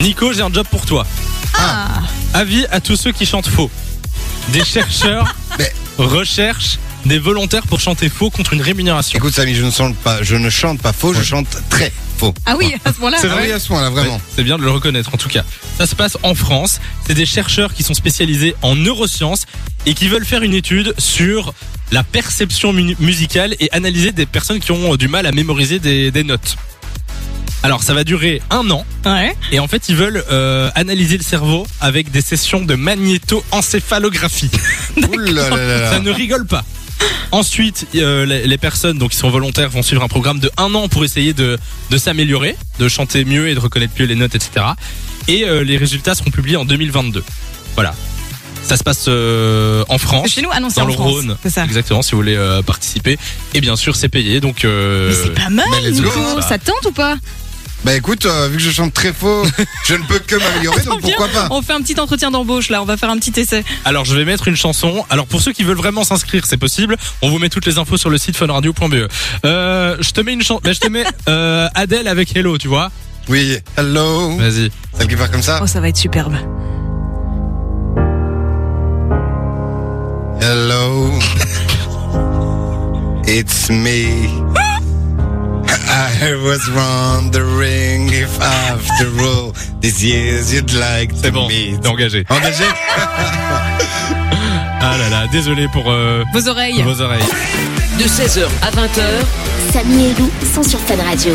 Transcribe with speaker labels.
Speaker 1: Nico, j'ai un job pour toi.
Speaker 2: Ah.
Speaker 1: Avis à tous ceux qui chantent faux. Des chercheurs
Speaker 3: Mais-
Speaker 1: recherchent des volontaires pour chanter faux contre une rémunération.
Speaker 3: Écoute Samy, je ne, chante pas, je ne chante pas faux, je chante très faux.
Speaker 2: Ah oui, à ce moment-là.
Speaker 1: C'est
Speaker 3: Ah
Speaker 1: vrai
Speaker 3: oui, à ce moment-là, vraiment.
Speaker 1: Ouais, C'est bien de le reconnaître en tout cas. Ça se passe en France. C'est des chercheurs qui sont spécialisés en neurosciences et qui veulent faire une étude sur la perception mu- musicale et analyser des personnes qui ont euh, du mal à mémoriser des, des notes. Alors ça va durer un an
Speaker 2: Ouais.
Speaker 1: et en fait ils veulent euh, analyser le cerveau avec des sessions de magnéto-encéphalographie.
Speaker 3: Ouh là là là
Speaker 1: Ça
Speaker 3: là.
Speaker 1: ne rigole pas. Ensuite, euh, les, les personnes donc, qui sont volontaires vont suivre un programme de un an pour essayer de, de s'améliorer, de chanter mieux et de reconnaître mieux les notes, etc. Et euh, les résultats seront publiés en 2022. Voilà. Ça se passe euh, en
Speaker 2: C'est
Speaker 1: France.
Speaker 2: Chez nous, annoncé
Speaker 1: Dans
Speaker 2: en
Speaker 1: le
Speaker 2: France.
Speaker 1: Rhône.
Speaker 2: C'est ça.
Speaker 1: Exactement, si vous voulez euh, participer. Et bien sûr, c'est payé. Donc, euh,
Speaker 2: Mais c'est pas mal,
Speaker 3: Mais let's go.
Speaker 2: Nico.
Speaker 1: Bah.
Speaker 2: Ça te tente ou pas
Speaker 3: Bah écoute, euh, vu que je chante très faux, je ne peux que m'améliorer, donc
Speaker 2: Viens,
Speaker 3: pourquoi pas
Speaker 2: On fait un petit entretien d'embauche là. On va faire un petit essai.
Speaker 1: alors je vais mettre une chanson. Alors pour ceux qui veulent vraiment s'inscrire, c'est possible. On vous met toutes les infos sur le site funradio.be. Euh, je te mets une chanson. je te mets euh, Adèle avec Hello, tu vois.
Speaker 3: Oui, hello.
Speaker 1: Vas-y.
Speaker 3: Celle qui part comme ça.
Speaker 1: Ah.
Speaker 2: Oh, ça va être superbe.
Speaker 3: Hello. It's me.
Speaker 1: Ah.
Speaker 3: I was wondering if after all these years you'd like to
Speaker 1: C'est bon,
Speaker 3: meet.
Speaker 1: t'es engagé.
Speaker 3: Engagé
Speaker 1: Ah là là, désolé pour euh,
Speaker 2: Vos oreilles.
Speaker 1: vos oreilles.
Speaker 4: de 16h à 20h.
Speaker 5: Samy et Lou sont sur Fan Radio.